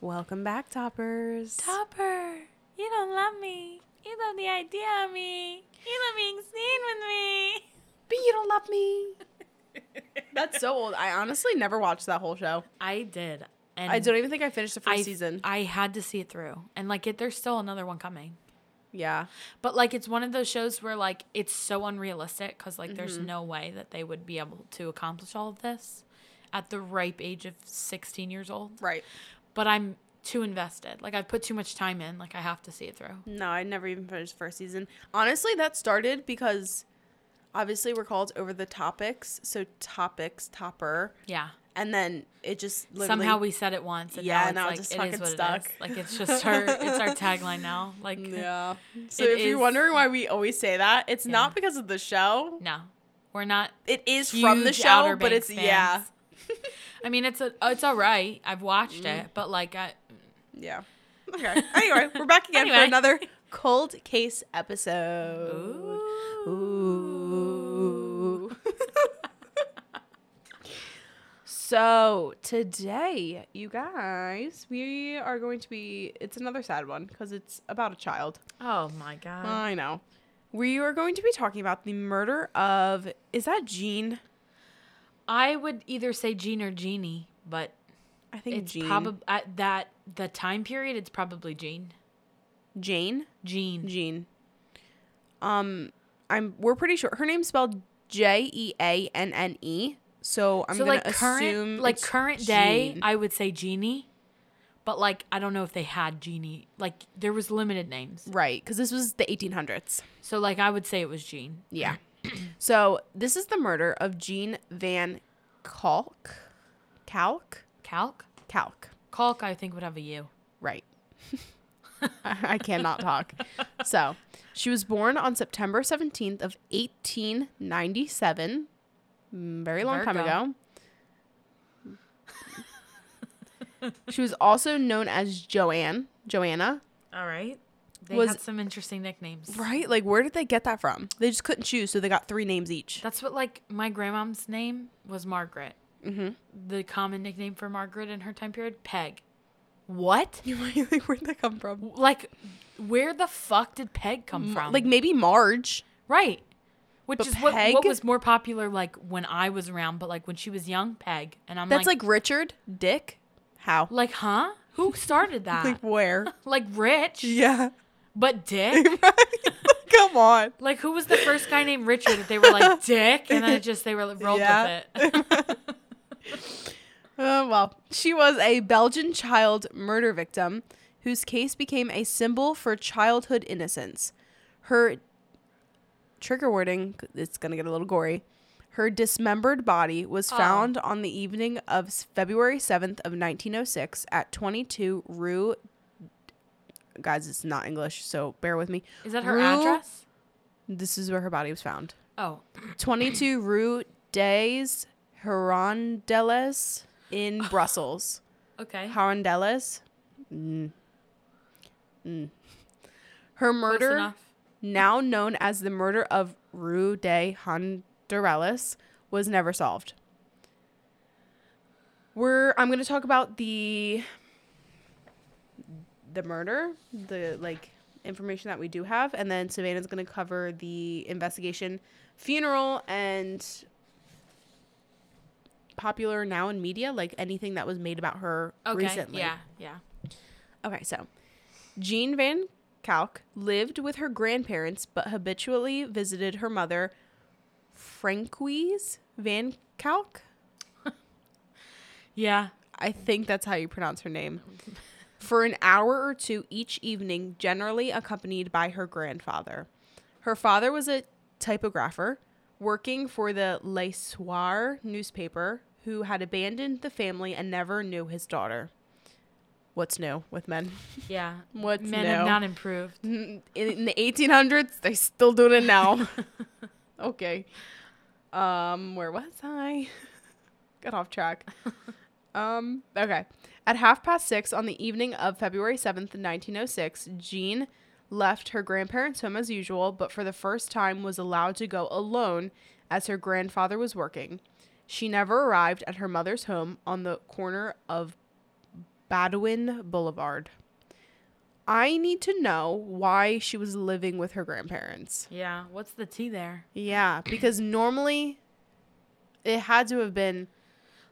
Welcome back, toppers. Topper, you don't love me. You love the idea of me. You love being seen with me. but you don't love me. That's so old. I honestly never watched that whole show. I did. And I don't even think I finished the first I- season. I had to see it through. And like it, there's still another one coming. yeah. But like it's one of those shows where like it's so unrealistic cuz like there's Mm-hmm. no way that they would be able to accomplish all of this at the ripe age of 16 years old. Right. But I'm too invested. Like I've put too much time in. Like I have to see it through. No, I never even finished the first season. Honestly, that started because obviously we're called over the topics, so topics topper, Yeah. and then it just literally Somehow we said it once and Yeah, now it now it's like just it fucking is what it stuck. is. Like it's just our it's our tagline now. Like yeah. So It if is- you're wondering why we always say that, it's Yeah. not because of the show. no. We're not It is from the huge show, Outer but it's Banks yeah, fans. I mean it's a, it's all right. I've watched Mm. it, but like I yeah. Okay. Anyway, we're back again for Anyway. another cold case episode. Ooh. so today, you guys, we are going to be. It's another sad one because it's about a child. Oh my god. I know. We are going to be talking about the murder of. Is that Jean? I would either say Jean or Jeannie, but I think it's Jean. probably at that the time period. It's probably Jean. Jane. Jean. Jean. Um, I'm. We're pretty sure her name's spelled J E A N N E. So I'm so gonna like assume current, like it's current day, Jean. I would say Jeannie, but like I don't know if they had Jeannie. Like there was limited names, right, because this was the 1800s. so like I would say it was Jean. Yeah. so this is the murder of Jean Van Kalk, Kalk, Calc, Kalk. Calc, I think would have a U. Right. I I cannot talk. So, she was born on September 17th of 1897. Mm, Very long time Virgo. ago. she was also known as Joanne, Joanna. All right. They Was- had some interesting nicknames. Right? Like where did they get that from? They just couldn't choose, so they got three names each. That's what like my grandmom's name was Margaret. Mm-hmm. The common nickname for Margaret in her time period, Peg. What? like where did that come from? like where the fuck did peg come from Like maybe Marge. right which But is what, Peg? what was more popular like when i was around but like when she was young peg and i'm That's like, like, Richard, Dick. How? like huh who started that like, Like where? rich yeah. but dick Come on. like who was the first guy named richard that they were like dick and then it just they were like, rolled Yeah. with it Oh, well, she was a Belgian child murder victim whose case became a symbol for childhood innocence. Her trigger wording, it's going to get a little gory. Her dismembered body was Oh. found on the evening of s- February 7th of 1906 at 22 Rue Guys, it's not English, so bear with me. is that her Rue- address This is where her body was found. oh 22 Rue des Hirondelles in Brussels. okay Hirondelis. Mm. Mm. Her Close murder, enough. now known as the murder of Rue de Hondurelis, was never solved. We're I'm going to talk about the the murder, the like information that we do have, and then Savannah's going to cover the investigation, funeral, and popular now in media, like anything that was made about her okay recently. yeah yeah Okay, so Jean Van Kalk lived with her grandparents but habitually visited her mother, Franquise Van Kalk. yeah I think that's how you pronounce her name. For an hour or two each evening, generally accompanied by her grandfather. Her father was a typographer working for the Le Soir newspaper who had abandoned the family and never knew his daughter. What's new with men? yeah What's men new? have not improved in, in the 1800s they still doing it now okay um where was i got off track um okay at half past six on the evening of february 7th 1906 jean left her grandparents home as usual but for the first time was allowed to go alone as her grandfather was working she never arrived at her mother's home on the corner of Badwin Boulevard. I need to know why she was living with her grandparents. Yeah. What's the tea there? Yeah, because normally it had to have been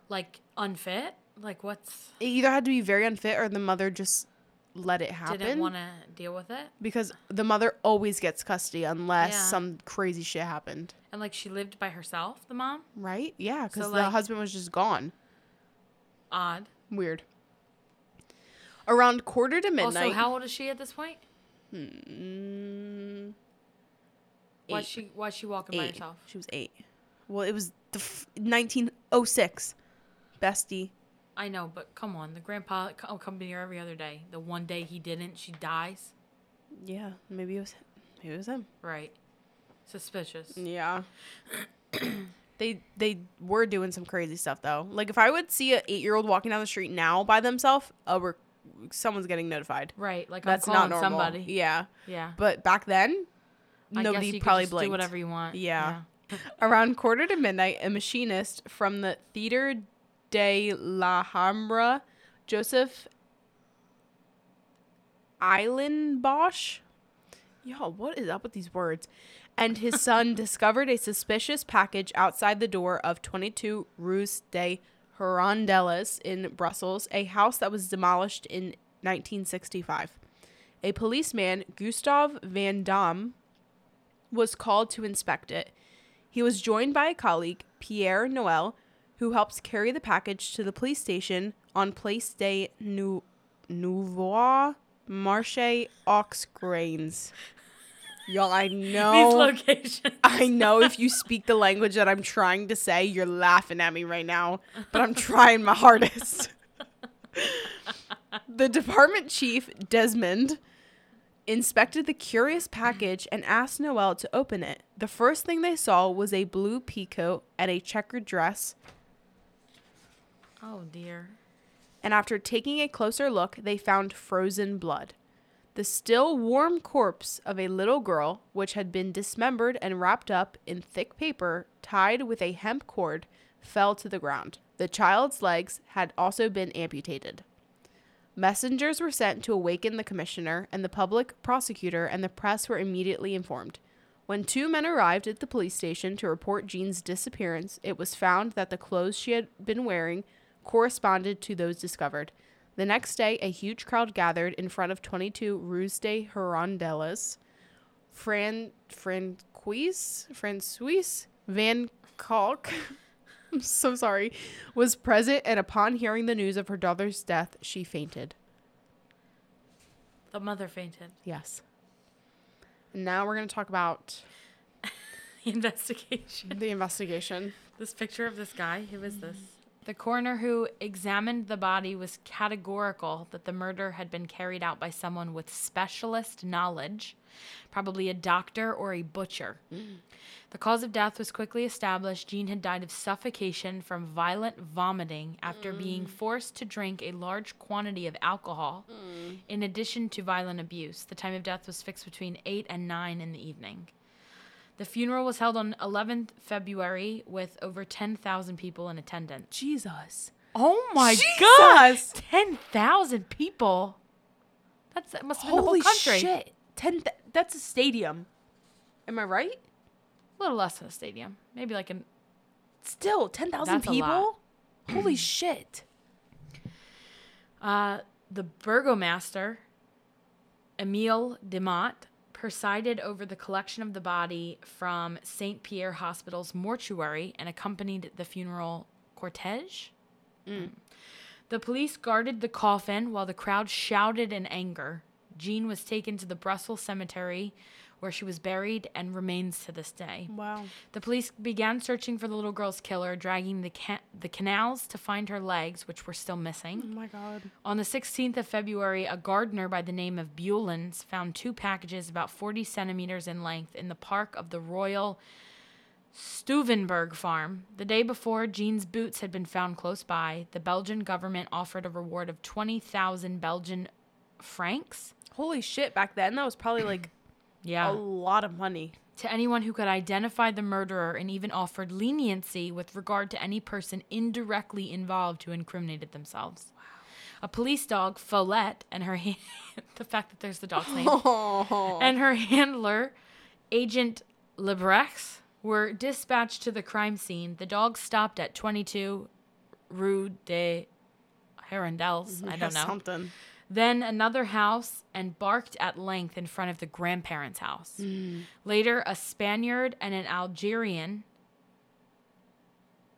Like unfit? Like what's it either had to be very unfit or the mother just let it happen. didn't want to deal with it? because the mother always gets custody unless Yeah. some crazy shit happened, And like she lived by herself, the mom? right? Yeah, because So, the like- husband was just gone. Odd. Weird. Around quarter to midnight. Also, how old is she at this point? Mm, Why Eight. is she why is she walking by eight. herself? She was eight. Well, it was the f- 1906. Bestie. I know, but come on, the grandpa c- will come to here every other day. The one day he didn't, she dies. Yeah, maybe it was. Maybe it was him. Right. Suspicious. Yeah. they they were doing some crazy stuff though. Like if I would see a eight year old walking down the street now by themselves, uh, we're someone's getting notified. Right. Like That's I'm calling not normal. somebody. Yeah, Yeah. but back then, I guess nobody you could probably just blinked. do whatever you want. Yeah. Around quarter to midnight, a machinist from the Theater de la Hambra, Joseph Eilenbosch. Yo, what is up with these words? And his son discovered a suspicious package outside the door of 22 Rue de Hirondelles in Brussels, a house that was demolished in 1965. A policeman, Gustav Van Damme, was called to inspect it. He was joined by a colleague, Pierre Noel, who helps carry the package to the police station on Place des Nou- Nouveaux Marché aux Grains. Y'all, I These know. locations. Oh. I know if you speak the language that I'm trying to say, you're laughing at me right now, but I'm trying my hardest. the department chief, Desmond, inspected the curious package and asked Noel to open it. The first thing they saw was a blue peacoat and a checkered dress, Oh dear. and after taking a closer look, they found frozen blood. The still warm corpse of a little girl, which had been dismembered and wrapped up in thick paper tied with a hemp cord, fell to the ground. The child's legs had also been amputated. Messengers were sent to awaken the commissioner, and the public prosecutor and the press were immediately informed. When two men arrived at the police station to report Jean's disappearance, it was found that the clothes she had been wearing corresponded to those discovered. The next day, a huge crowd gathered in front of 22 Rue de Hirondelles. Fran Francois Francois Van Kalk. I'm so sorry. Was present, and upon hearing the news of her daughter's death, she fainted. The mother fainted. Yes. And now we're going to talk about The investigation. the investigation. This picture of this guy, who is this? The coroner who examined the body was categorical that the murder had been carried out by someone with specialist knowledge, probably a doctor or a butcher. The cause of death was quickly established. Jean had died of suffocation from violent vomiting after being forced to drink a large quantity of alcohol, in addition to violent abuse. The time of death was fixed between 8 and 9 in the evening. The funeral was held on 11th February with over 10,000 people in attendance. Jesus. Oh my Jesus! 10,000 people. That's that must have been Holy the whole country. shit. Ten th- that's a stadium. Am I right? A little less than a stadium. Maybe like an Still, 10,000 That's a lot. people? Holy shit. Uh, the burgomaster, Emile Demott, presided over the collection of the body from St. Pierre Hospital's mortuary and accompanied the funeral cortege. Hmm. The police guarded the coffin while the crowd shouted in anger. Jean was taken to the Brussels cemetery where she was buried and remains to this day. Wow. The police began searching for the little girl's killer, dragging the, ca- the canals to find her legs, which were still missing. Oh my God. On the 16th of February, a gardener by the name of Buelens found two packages about 40 centimeters in length in the park of the Royal Stuvenberg farm. The day before, Jean's boots had been found close by. The Belgian government offered a reward of 20,000 Belgian francs. Holy shit. Back then, that was probably like Yeah. a lot of money. to anyone who could identify the murderer and even offered leniency with regard to any person indirectly involved who incriminated themselves. A police dog, Follette, and her hand, the fact that there's the dog's name, Oh. and her handler, Agent Lebrex, were dispatched to the crime scene. The dog stopped at 22 Rue de Hirondelles. I don't know. Something. Then another house and barked at length in front of the grandparents' house. Later, a Spaniard and an Algerian.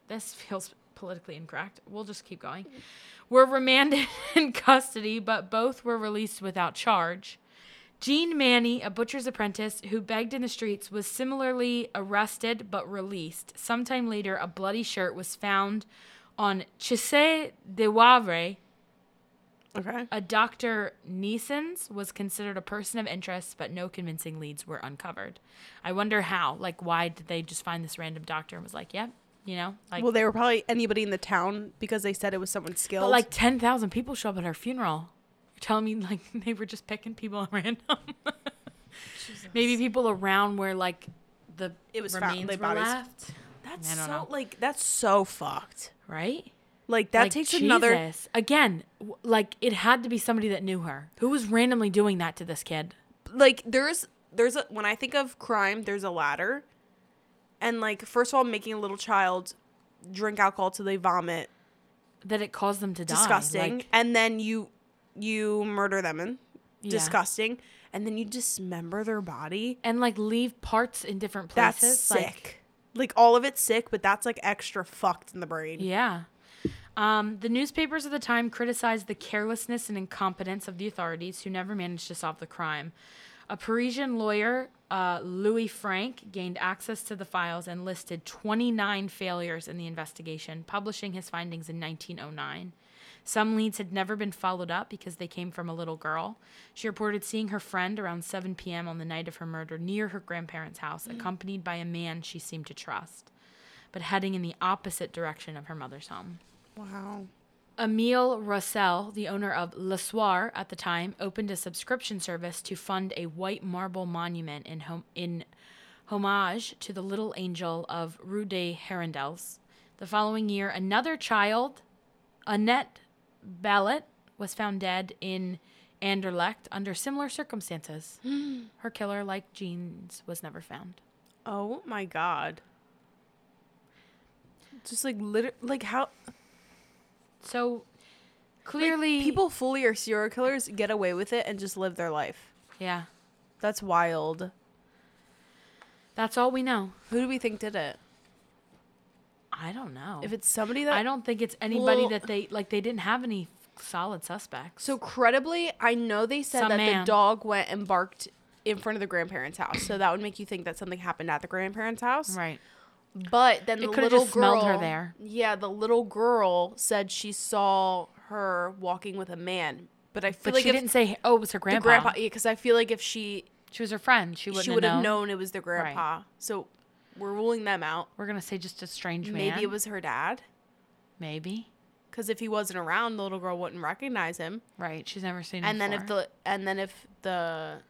This feels politically incorrect. We'll just keep going. Were remanded in custody, but both were released without charge. Jean Manny, a butcher's apprentice who begged in the streets, was similarly arrested but released. Sometime later, a bloody shirt was found on Chise de Wavre, Okay. a Dr. Neeson's was considered a person of interest, but no convincing leads were uncovered. I wonder how. Like, why did they just find this random doctor and was like, yep, you know? Like, Well, they were probably anybody in the town because they said it was someone skilled. but like 10,000 people show up at her funeral. You're telling me, like, they were just picking people at random? Maybe people around where, like, the It was found- remains the were bodies- left, that's I don't so know. like that's so fucked. right? Like that Like, takes another. Jesus. Again, w- like, it had to be somebody that knew her. Who was randomly doing that to this kid? Like there's there's a when I think of crime, there's a ladder, and like first of all, making a little child drink alcohol till they vomit, That it caused them to die. disgusting, Like, and then you you murder them and yeah. disgusting, and then you dismember their body. and like leave parts in different places. That's like, sick. Like, all of it's sick, but that's like extra fucked in the brain. yeah. Um, the newspapers of the time criticized the carelessness and incompetence of the authorities who never managed to solve the crime. A Parisian lawyer, uh, Louis Frank, gained access to the files and listed 29 failures in the investigation, publishing his findings in 1909. Some leads had never been followed up because they came from a little girl. She reported seeing her friend around 7 p.m. on the night of her murder near her grandparents' house, accompanied by a man she seemed to trust, but heading in the opposite direction of her mother's home. Wow. Emile Roussel, the owner of Le Soir at the time, opened a subscription service to fund a white marble monument in, hom- in homage to the little angel of Rue des Hirondelles. The following year, another child, Annette Ballot, was found dead in Anderlecht under similar circumstances. Her killer, like Jean's, was never found. Oh my god. Just like liter- like how So clearly, people fully are serial killers, get away with it, and just live their life. Yeah, That's wild. that's all we know. Who do we think did it? I don't know. If it's somebody that I don't think it's anybody Well- that they like. They didn't have any solid suspects. so credibly, I know they said Some that man. the dog went and barked in front of the grandparents' house, so that would make you think that something happened at the grandparents' house. right, But then the It coulda little just girl smelled her there. Yeah, the little girl said she saw her walking with a man, but I feel but like she if didn't say, "Oh, it was her the grandpa." grandpa, because I feel like if she She was her friend. She wouldn't she have would have known. known it was the grandpa. So we're ruling them out. We're gonna say just a strange man. Maybe it was her dad, maybe because if he wasn't around, the little girl wouldn't recognize him. right. She's never seen. him And then if before. the and then if the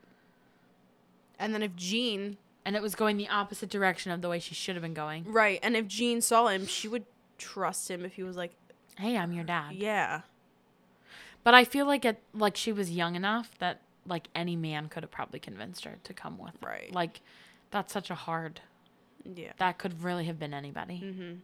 and then if Jean and it was going the opposite direction of the way she should have been going. right, and if Jean saw him, she would trust him if he was like, Hey, I'm your dad. yeah, But I feel like it. Like she was young enough that like any man could have probably convinced her to come with. her. Right. Like that's such a hard. yeah, That could really have been anybody. Mm-hmm.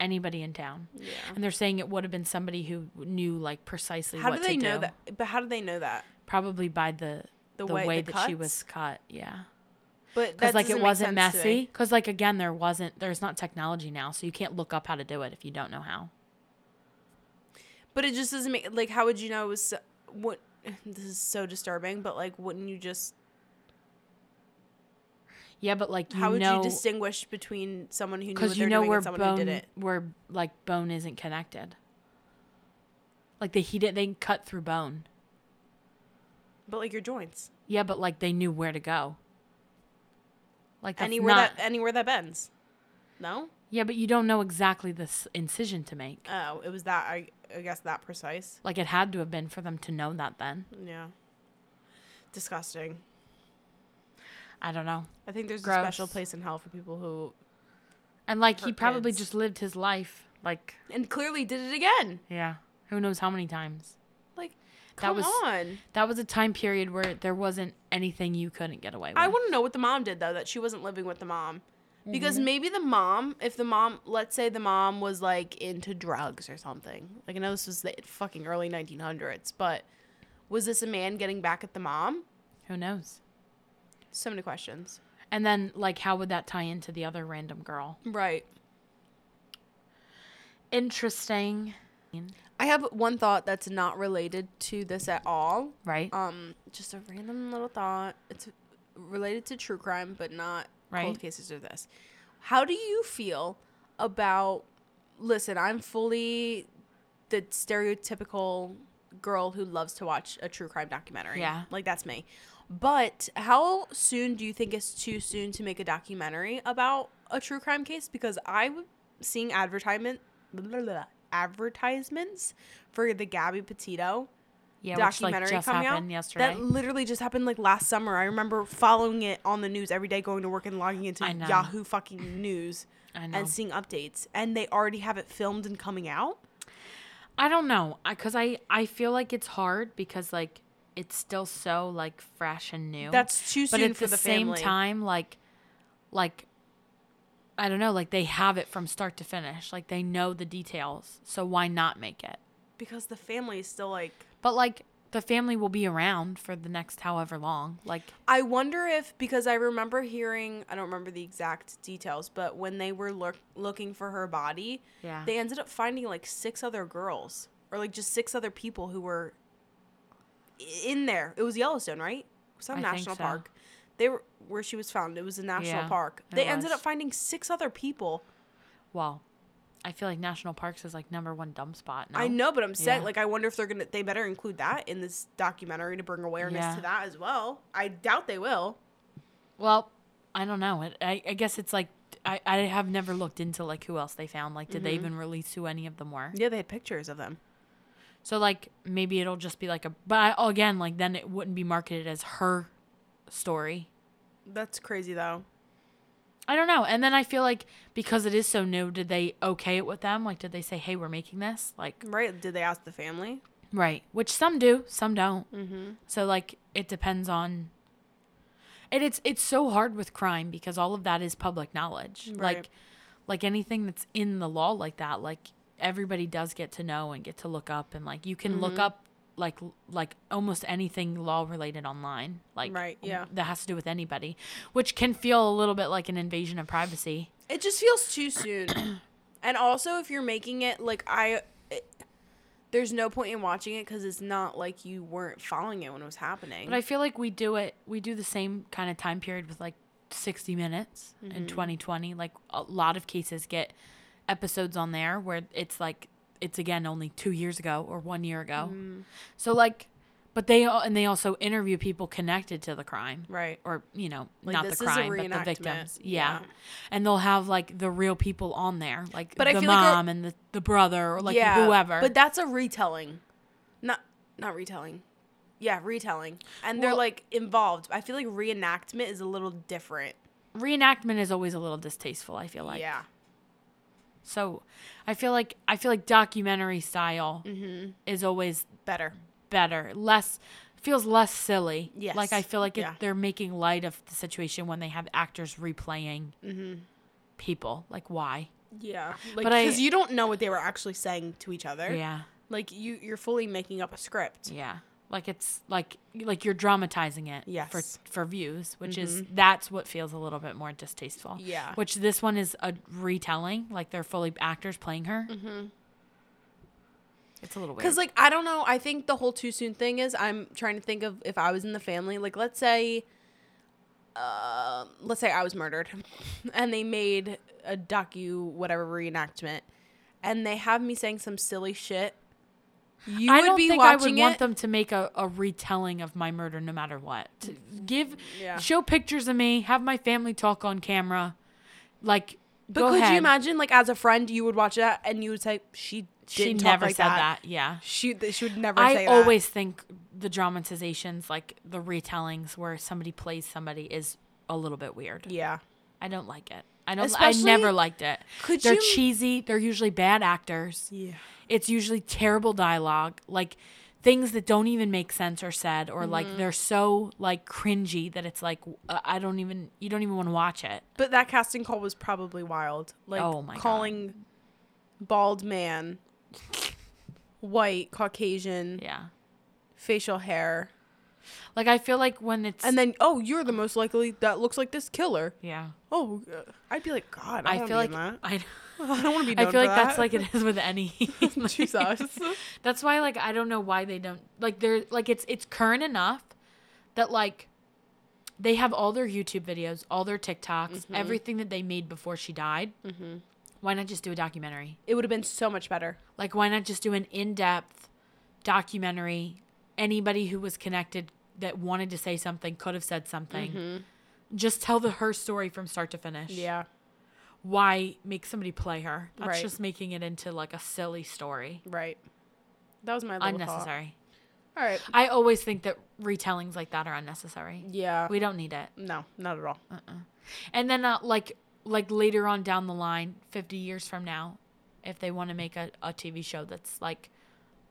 Anybody in town. yeah. And they're saying it would have been somebody who knew like precisely How what do they to know do. that? But how do they know that? Probably by the The the, way- way, the that she was cut. Yeah. But Because that like doesn't it make wasn't sense to me. messy. Because like again, there wasn't. There's not technology now, so you can't look up how to do it if you don't know how. But it just doesn't make like how would you know it was so- what this is so disturbing, but like wouldn't you just Yeah, but like you how would know, you distinguish between someone who knew what because they're you know doing where and someone who did bone it? where like bone isn't connected. Like they he did, they cut through bone. But like your joints. Yeah, but like they knew where to go. Like that's Anywhere not, that anywhere that bends. No? Yeah, but you don't know exactly this incision to make. Oh, it was that I I guess that precise. Like it had to have been for them to know that then. Yeah. Disgusting. I don't know. I think there's a Gross. special place in hell for people who And like For he probably kids. just lived his life like and clearly did it again. yeah, who knows how many times. Come that was on. that was a time period where there wasn't anything you couldn't get away with. I want to know what the mom did though that she wasn't living with the mom. Because maybe the mom, if the mom, let's say the mom was like into drugs or something. Like I know this was the fucking early 1900s, but was this a man getting back at the mom? Who knows? So many questions. And then like how would that tie into the other random girl? Right. Interesting, I have one thought that's not related to this at all. right? Um, just a random little thought. It's related to true crime, but not cold Right. cases or this. How do you feel about? Listen, I'm fully the stereotypical girl who loves to watch a true crime documentary. Yeah. like that's me. But how soon do you think it's too soon to make a documentary about a true crime case? Because I'm seeing advertisement blah, blah, blah, advertisements for the Gabby Petito yeah, documentary which like just coming happened out yesterday. that literally just happened like last summer. I remember following it on the news every day, going to work and logging into I know. Yahoo fucking news I know. and seeing updates. And they already have it filmed and coming out. I don't know, because I, I feel like it's hard because like it's still so like fresh and new. That's too but soon at for the, the, same family. time, like, like I don't know, like they have it from start to finish. Like they know the details, so why not make it? because the family is still like. But like the family will be around for the next however long. Like I wonder if because I remember hearing I don't remember the exact details, but when they were look, looking for her body, yeah, they ended up finding like six other girls or like just six other people who were i- in there. It was Yellowstone, right? Some I think national so. park. They were where she was found. It was a national Yeah, park. it They ended was. up finding six other people. well, I feel like national parks is like number one dump spot. No? I know, but I'm saying Yeah. like I wonder if they're gonna. They better include that in this documentary to bring awareness Yeah. to that as well. I doubt they will. Well, I don't know. It, I, I guess it's like I, I have never looked into like who else they found. Like, did they even release who any of them were? Mm-hmm. Yeah, they had pictures of them. So like maybe it'll just be like a. But I, again, like then it wouldn't be marketed as her story. That's crazy though. I don't know. And then I feel like because it is so new, did they okay it with them? Like, did they say, "Hey, we're making this"? Like, Right? Did they ask the family? right? Which some do, some don't. Mm-hmm. So like, it depends on. And it's it's so hard with crime because all of that is public knowledge. Right. Like, like anything that's in the law like that, like everybody does get to know and get to look up and like you can Mm-hmm. look up like like almost anything law related online. Like Right, yeah. that has to do with anybody, which can feel a little bit like an invasion of privacy. It just feels too soon. and also, if you're making it like I, it, there's no point in watching it because it's not like you weren't following it when it was happening. But I feel like we do it. We do the same kind of time period with like 60 Minutes Mm-hmm. in 2020. Like a lot of cases get episodes on there where it's like it's again only two years ago or one year ago. Mm-hmm. So like, but they al- and they also interview people connected to the crime. right. Or you know, Like, not the this is a crime, but the reenactment. victims. Yeah. Yeah. and they'll have like the real people on there, like But I the feel like our- mom and the, the brother, or like whoever. But that's a retelling, not not retelling. Yeah, retelling, and they're Well- like involved. I feel like reenactment is a little different. reenactment is always a little distasteful. I feel like. yeah, So I feel like I feel like documentary style Mm-hmm. is always better. better. Less feels less silly. Yes. Like I feel like it, Yeah. they're making light of the situation when they have actors replaying Mm-hmm. people. Like why? Yeah, like But I- because you don't know what they were actually saying to each other. Yeah. like you you're fully making up a script. Yeah. Like it's like like you're dramatizing it for Yes. Mm-hmm. for views, which is that's what feels a little bit more distasteful. Yeah. Which this one is a retelling, like they're fully actors playing her. Mm-hmm. It's a little weird. Because, like, I don't know. I think the whole too soon thing is I'm trying to think of if I was in the family. Like, let's say, uh, let's say I was murdered and they made a docu, whatever reenactment, and they have me saying some silly shit. You I would don't be think I watching would it. want them to make a, a retelling of my murder no matter what. To give Mm. Yeah. show pictures of me, have my family talk on camera. Like but go could ahead. you imagine, like, as a friend, you would watch that and you would say, she didn't she talk never like said that. Yeah. She, th- she would never I say always think the dramatizations, like the retellings where somebody plays somebody is a little bit weird. that. Yeah. I don't like it. I don't I Especially- never liked it. Could They're you- cheesy, they're usually bad actors. Yeah. It's usually terrible dialogue. Like things that don't even make sense are said or like they're so like cringy that it's like uh, I don't even you don't even want to watch it. But that casting call was probably wild. Like Oh my God. calling bald man, white, Caucasian, Yeah. facial hair. Like I feel like when it's And then, oh, you're the most likely that looks like this killer. yeah. Oh, uh, I'd be like, God, I, I don't feel like that. I I don't want to be. I known feel for like that's that. like it is with any. like- Jesus. That's why like I don't know why they don't like they're like it's it's current enough that like they have all their YouTube videos, all their TikToks, everything that they made before she died. Mm-hmm. Why not just do a documentary? It would have been so much better. Like why not just do an in-depth documentary? Anybody who was connected that wanted to say something could have said something. Just tell the her story from start to finish Mm-hmm. Yeah. why make somebody play her? That's Right. just making it into like a silly story. Right. That was my little Unnecessary. Thought. All right. I always think that retellings like that are unnecessary. Yeah. We don't need it. no, not at all. Uh. And then uh, like like later on down the line, 50 years from now, if they want to make a, a TV show that's like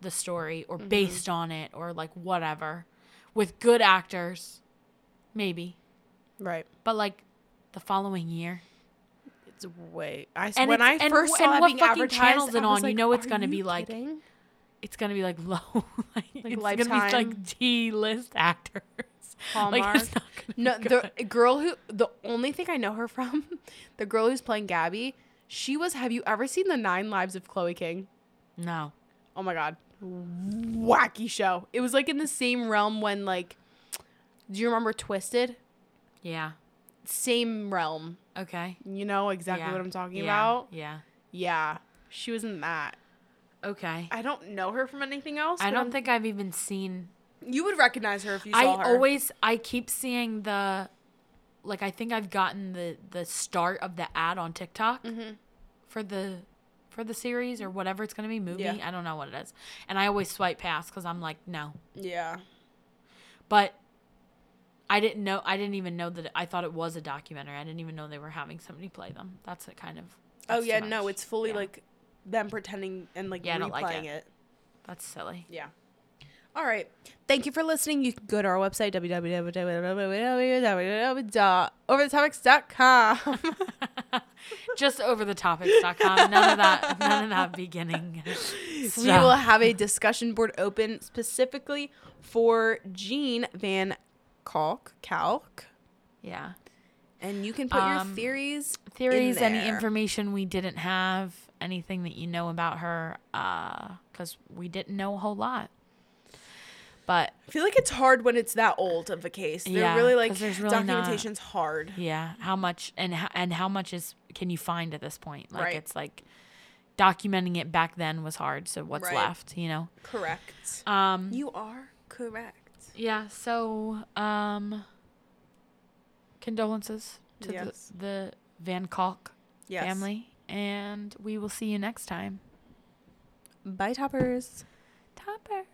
the story Mm-hmm. or based on it or like whatever with good actors, maybe. Right. But like the following year. It's way. I s- And when I it's- and first wh- saw and it what being fucking advertised, channels it I was on, you like, know it's "Are gonna you be like- kidding?" it's gonna be like low, like, it's gonna be Lifetime. like D list actors. Like it's Hallmark. not gonna No, be the good. girl who the only thing I know her from, the girl who's playing Gabby, she was. Have you ever seen the Nine Lives of Chloe King? no. Oh my god, wacky show. It was like in the same realm when like, do you remember Twisted? Yeah. Same realm. Okay. You know exactly yeah. what I'm talking yeah. about. Yeah. Yeah, she was in that. Okay. I, I don't know her from anything else. but don't I'm- think I've even seen. you would recognize her if you saw I her. always I keep seeing the, like I think I've gotten the the start of the ad on TikTok Mm-hmm. for the for the series or whatever it's gonna be movie. Yeah. I don't know what it is, and I always swipe past because I'm like no, yeah. but I didn't know. I didn't even know that. I thought it was a documentary. I didn't even know they were having somebody play them. That's it, kind of. Oh that's too yeah, no, much. it's fully Yeah, like them pretending and like Yeah, I replaying don't like it. it. that's silly. Yeah. All right. Thank you for listening. You can go to our website www.overthetopics.com. Just overthetopics.com. None of that. None of that beginning. we will have a discussion board open specifically for Jean Van Kalk Kalk, Yeah. and you can put your Um, theories, in Theories, any there. information we didn't have, anything that you know about her, because we didn't know a whole lot. But I feel like it's hard when it's that old of a case. They're Yeah, really like 'cause there's really not- documentation's hard. Yeah, how much and how, and how much is can you find at this point? Like Right. it's like documenting it back then was hard, so what's Right. left, you know? Correct. Um You are correct. yeah, so um condolences to Yes. the, the Van Kalk Yes. family and we will see you next time. Bye, toppers. Topper.